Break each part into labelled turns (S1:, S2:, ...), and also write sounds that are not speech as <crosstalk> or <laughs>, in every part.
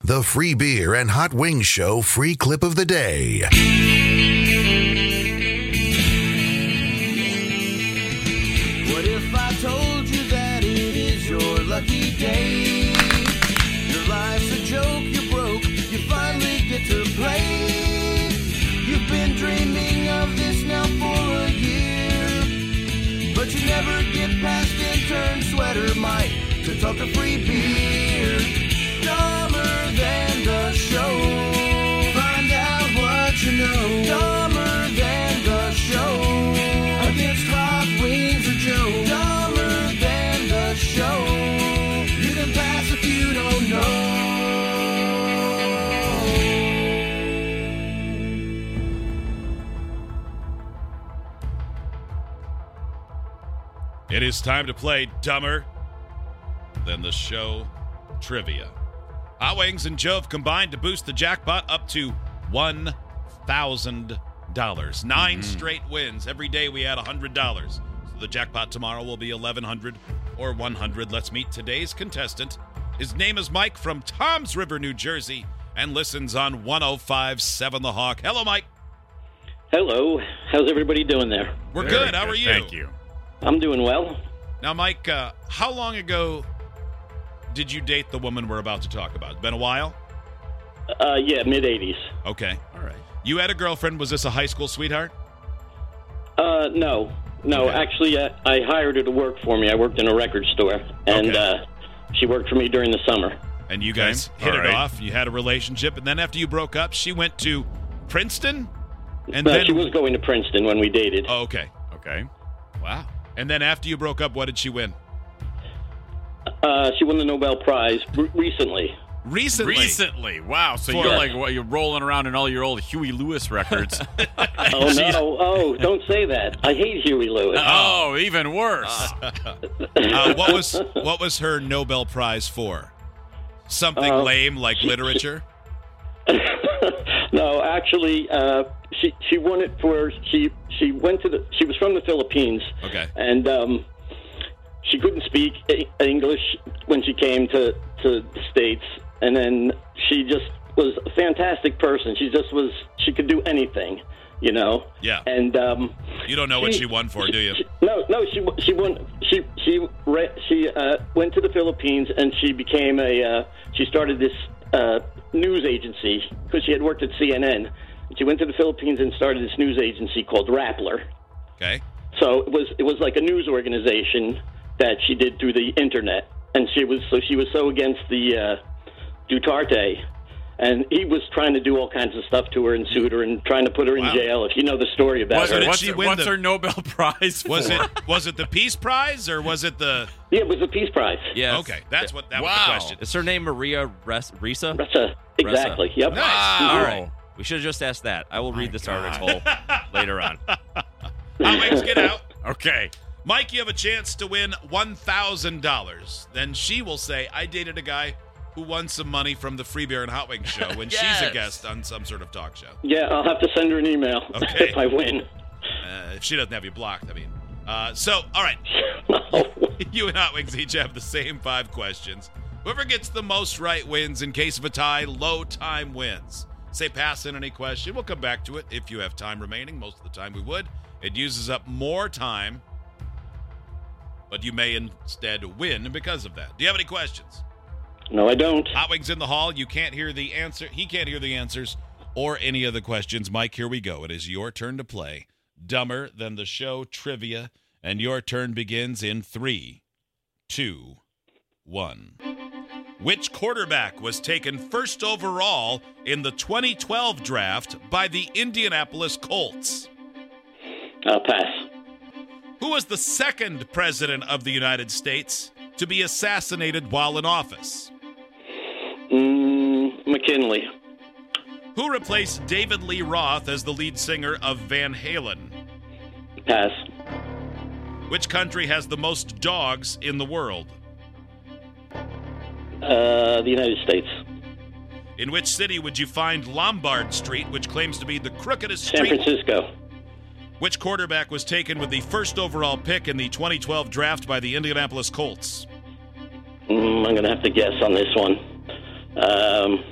S1: The free beer and hot wings show free clip of the day.
S2: What if I told you that it is your lucky day? Your life's a joke, you're broke, you finally get to play. You've been dreaming of this now for a year, but you never get past intern sweater Mike to talk to free beer. Dumber than the show. Find out what you know. Dumber than the show against hot wings or Joe. Dumber than the show. You can pass if you don't know.
S3: It is time to play Dumber Than the Show Trivia. Hot Wings and Joe have combined to boost the jackpot up to $1,000. 9 straight wins. Every day we add $100. So the jackpot tomorrow will be 1100 or 100. Let's meet today's contestant. His name is Mike from Toms River, New Jersey, and listens on 1057 The Hawk. Hello, Mike.
S4: Hello. How's everybody doing there?
S3: We're
S5: Very
S3: good. How are you?
S5: Thank you.
S4: I'm doing well.
S3: Now, Mike, uh, how long ago did you date the woman we're about to talk about? It's been a while?
S4: Uh, yeah, mid 80s.
S3: Okay. All right. You had a girlfriend. Was this a high school sweetheart?
S4: Uh, no. No,
S3: Okay.
S4: actually, I, I hired her to work for me. I worked in a record store, and
S3: Okay.
S4: uh, she worked for me during the summer.
S3: And you guys
S5: Okay.
S3: hit
S5: All
S3: it
S5: right.
S3: off. You had a relationship. And then after you broke up, she went to Princeton? And
S4: No,
S3: then.
S4: she was going to Princeton when we dated.
S3: oh, okay.
S5: Okay.
S3: Wow. And then after you broke up, what did she win?
S4: Uh, she won the Nobel Prize re- recently.
S3: <laughs> Recently.
S5: Recently. Wow. So
S3: For-
S5: you're like what, you're rolling around in all your old Huey
S3: <laughs>
S5: Lewis records.
S4: Oh, no. Oh, don't say that. I hate Huey Lewis.
S5: oh, even worse.
S3: Uh, what was what was her Nobel Prize for? Something
S4: Uh,
S3: lame like literature?
S4: <coughs> no, actually, uh, she she won it for she she went to the she was from the Philippines.
S3: Okay.
S4: And um, she couldn't speak E- English when she came to to the states, and then she just was a fantastic person. She just was she could do anything, you know.
S3: Yeah.
S4: And um,
S3: You don't know what she won for, do you?
S4: she- no, no. She w- she won. She she re, she uh, went to the Philippines and she became a. Uh, she started this uh, news agency because she had worked at CNN. She went to the Philippines and started this news agency called Rappler.
S3: Okay.
S4: So it was it was like a news organization that she did through the internet, and she was so she was so against the uh, Duterte, and he was trying to do all kinds of stuff to her and suit her and trying to put her in
S3: Wow.
S4: jail. If you know the story about
S5: What's,
S3: So
S4: her,
S3: did
S5: what's-
S3: she win
S5: what's
S3: the-
S5: her Nobel <laughs> Prize for?
S3: Was it was it the Peace Prize or was it the
S4: yeah, it was the Peace Prize.
S6: Yes.
S3: Okay, that's what that
S5: Wow.
S3: was the question.
S6: Is her name Maria Res- Risa?
S4: That's a exactly. Yep.
S3: Nice.
S6: All
S5: Wow.
S6: right. We should have just asked that. I will read this
S5: God.
S6: article later on.
S3: Hot wings, get out.
S5: Okay.
S3: Mike, you have a chance to win $1,000. Then she will say, I dated a guy who won some money from the Free Beer and Hot Wings show when she's a
S6: <laughs> Yes.
S3: guest on some sort of talk show.
S4: Yeah, I'll have to send her an email <laughs>
S3: Okay.
S4: if I win. <laughs>
S3: Uh, if she doesn't have you blocked, I mean. Uh, so, all right. <laughs> You and Hot Wings each have the same five questions. Whoever gets the most right wins in case of a tie, low time wins. Say pass in any question. We'll come back to it if you have time remaining. Most of the time we would. It uses up more time, but you may instead win because of that. Do you have any questions?
S4: no, I don't.
S3: Hot Wings in the hall. You can't hear the answer. He can't hear the answers or any of the questions. Mike, here we go. It is your turn to play. Dumber than the show trivia, and your turn begins in three, two, one. Which quarterback was taken first overall in the 2012 draft by the Indianapolis Colts?
S4: Uh, pass.
S3: Who was the second president of the United States to be assassinated while in office?
S4: Mm, McKinley.
S3: Who replaced David Lee Roth as the lead singer of Van Halen?
S4: Pass.
S3: Which country has the most dogs in the world?
S4: Uh, the United States.
S3: In which city would you find Lombard Street, which claims to be the crookedest
S4: San
S3: street?
S4: Francisco.
S3: Which quarterback was taken with the first overall pick in the 2012 draft by the Indianapolis Colts?
S4: Mm, I'm going to have to guess on this one. Um,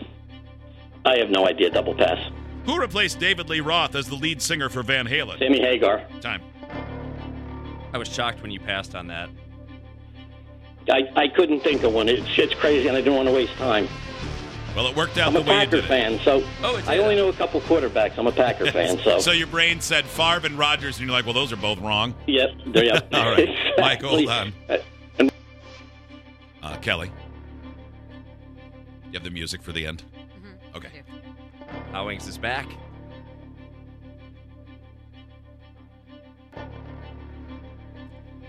S4: I have no idea. Double pass.
S3: Who replaced David Lee Roth as the lead singer for Van Halen?
S4: Sammy Hagar.
S3: Time.
S6: I was shocked when you passed on that.
S4: I, I couldn't think of one. It's, it's crazy, and I didn't want to waste time.
S3: Well, it worked out
S4: I'm
S3: the
S4: a
S3: way you
S4: Packer
S3: did it.
S4: fan, so
S6: Oh, it's
S4: I
S6: in
S4: only
S6: it.
S4: know a couple quarterbacks. I'm
S3: <laughs>
S4: a Packer fan, so,
S3: So your brain said Favre and Rogers, and you're like, well, those are both wrong.
S4: yep, yep.
S3: <laughs> All right. um, Mike, hold
S4: Exactly.
S3: on.
S4: Uh,
S3: Uh, Kelly, you have the music for the end. Okay.
S6: Howings is back.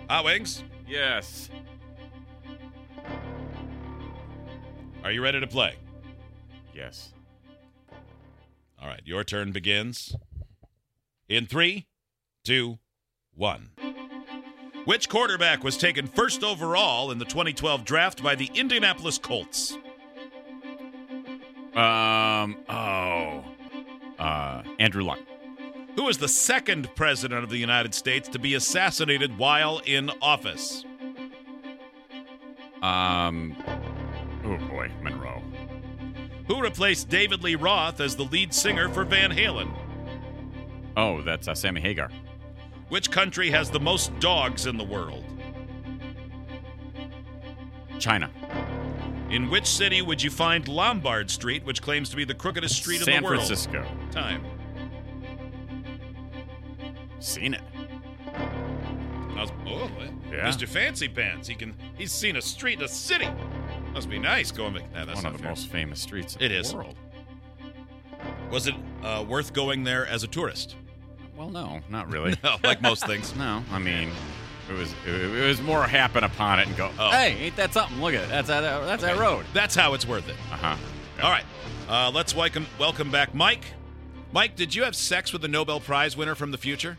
S3: Ah, Wings,
S5: Yes.
S3: are you ready to play?
S5: Yes.
S3: All right, your turn begins in three, two, one. Which quarterback was taken first overall in the 2012 draft by the Indianapolis Colts?
S5: Um. Oh. Uh. Andrew Luck.
S3: Who was the second president of the United States to be assassinated while in office?
S5: Um. Oh boy, Monroe.
S3: Who replaced David Lee Roth as the lead singer for Van Halen?
S5: Oh, that's uh, Sammy Hagar.
S3: Which country has the most dogs in the world?
S5: China.
S3: In which city would you find Lombard Street, which claims to be the crookedest street
S5: San
S3: in the world?
S5: Francisco.
S3: Time.
S5: Seen it.
S3: I was, oh, eh,
S5: Yeah.
S3: Mr. Fancy Pants. He can. He's seen a street, in a city. Must be nice going back. Nah, that's
S5: One
S3: not
S5: of the
S3: fair.
S5: most famous streets in
S3: It
S5: the
S3: is.
S5: world.
S3: Was it uh, worth going there as a tourist?
S5: Well, no, <laughs> not really.
S3: No, like most things.
S5: <laughs> no, I mean, it was it, it was more happen upon it and go.
S3: Oh.
S5: Hey, ain't that something? Look at it. That's that. That's that road.
S3: That's how it's worth it.
S5: Uh huh.
S3: All right. Uh, let's welcome welcome back Mike. Mike, did you have sex with a Nobel Prize winner from the future?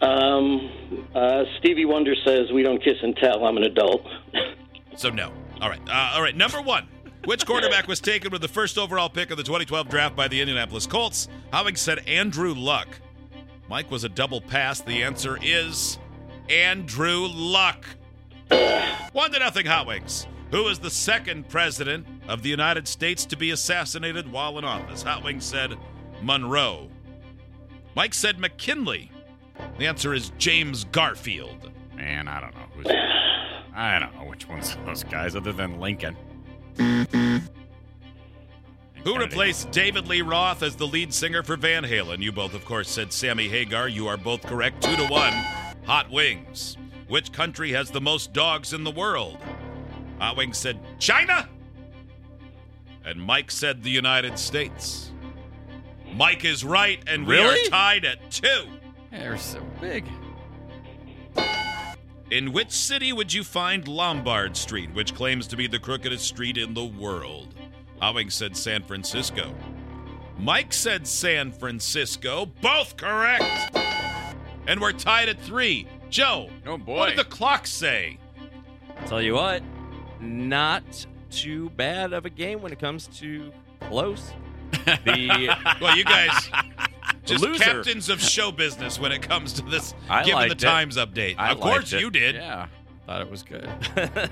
S4: Um, uh, Stevie Wonder says we don't kiss and tell. I'm an adult.
S3: So no. All right. Uh, all right. Number one. Which quarterback was taken with the first overall pick of the 2012 draft by the Indianapolis Colts? Howings said Andrew Luck. Mike was a double pass. The answer is Andrew Luck. One to nothing, Howings. Who was the second president of the United States to be assassinated while in office? Howings said Monroe. Mike said McKinley. The answer is James Garfield.
S5: Man, I don't know. Who's, I don't know which one's <laughs> those guys other than <laughs> Lincoln. And
S3: Who
S5: Kennedy.
S3: replaced David Lee Roth as the lead singer for Van Halen? You both, of course, said Sammy Hagar. You are both correct. Two to one. Hot Wings. Which country has the most dogs in the world? Hot Wings said China. And Mike said the United States. Mike is right, and we are
S5: Really?
S3: tied at two.
S5: They're so big.
S3: In which city would you find Lombard Street, which claims to be the crookedest street in the world? Howing said San Francisco. Mike said San Francisco. Both correct. And we're tied at three. Joe,
S5: Oh boy.
S3: what did the clock say?
S6: Tell you what, not too bad of a game when it comes to close. The <laughs>
S3: Well, you guys, just
S6: Loser.
S3: captains of show business when it comes to this.
S6: I
S3: given the
S6: liked it.
S3: times update,
S6: I
S3: of course
S6: liked it.
S3: you did.
S5: yeah, thought it was good.
S6: the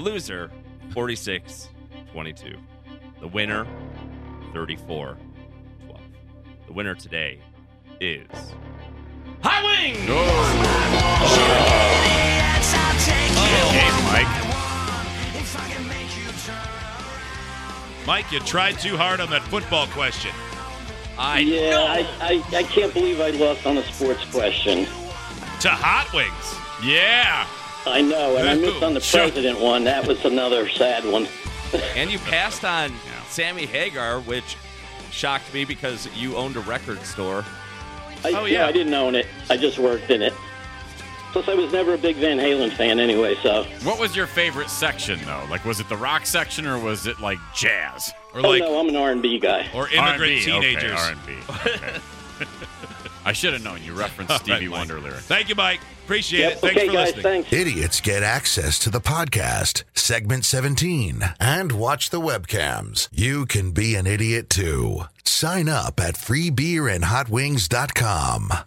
S6: loser 46 22. The winner 34 12. The winner today is High Wing!
S3: Oh, Mike, you tried too hard on that football question.
S6: I
S4: yeah,
S6: know.
S4: I, I, I can't believe I lost on a sports question.
S3: To Hot Wings.
S5: Yeah.
S4: I know, and I
S3: Ooh,
S4: missed on the
S3: sure.
S4: president one. That was another sad one.
S6: And you passed on Sammy Hagar, which shocked me because you owned a record store.
S3: Oh,
S4: I, you know,
S3: yeah.
S4: I didn't own it. I just worked in it. Plus, I was never a big Van Halen fan anyway, so.
S5: What was your favorite section though? Like, was it the rock section or was it like jazz
S3: Or
S4: Oh
S3: like,
S4: no, I'm an R&B guy.
S3: or immigrant
S5: R&B,
S3: teenagers.
S5: Okay, R&B.
S3: <laughs>
S5: Okay. I should have known you referenced Stevie
S3: Mike.
S5: Wonder lyrics.
S3: Thank you, Mike. Appreciate
S4: Yep,
S3: it. Thanks
S4: okay,
S3: for
S4: guys,
S3: listening.
S4: thanks.
S1: Idiots get access to the podcast, segment 17, and watch the webcams. You can be an idiot too. Sign up at freebeerandhotwings.com.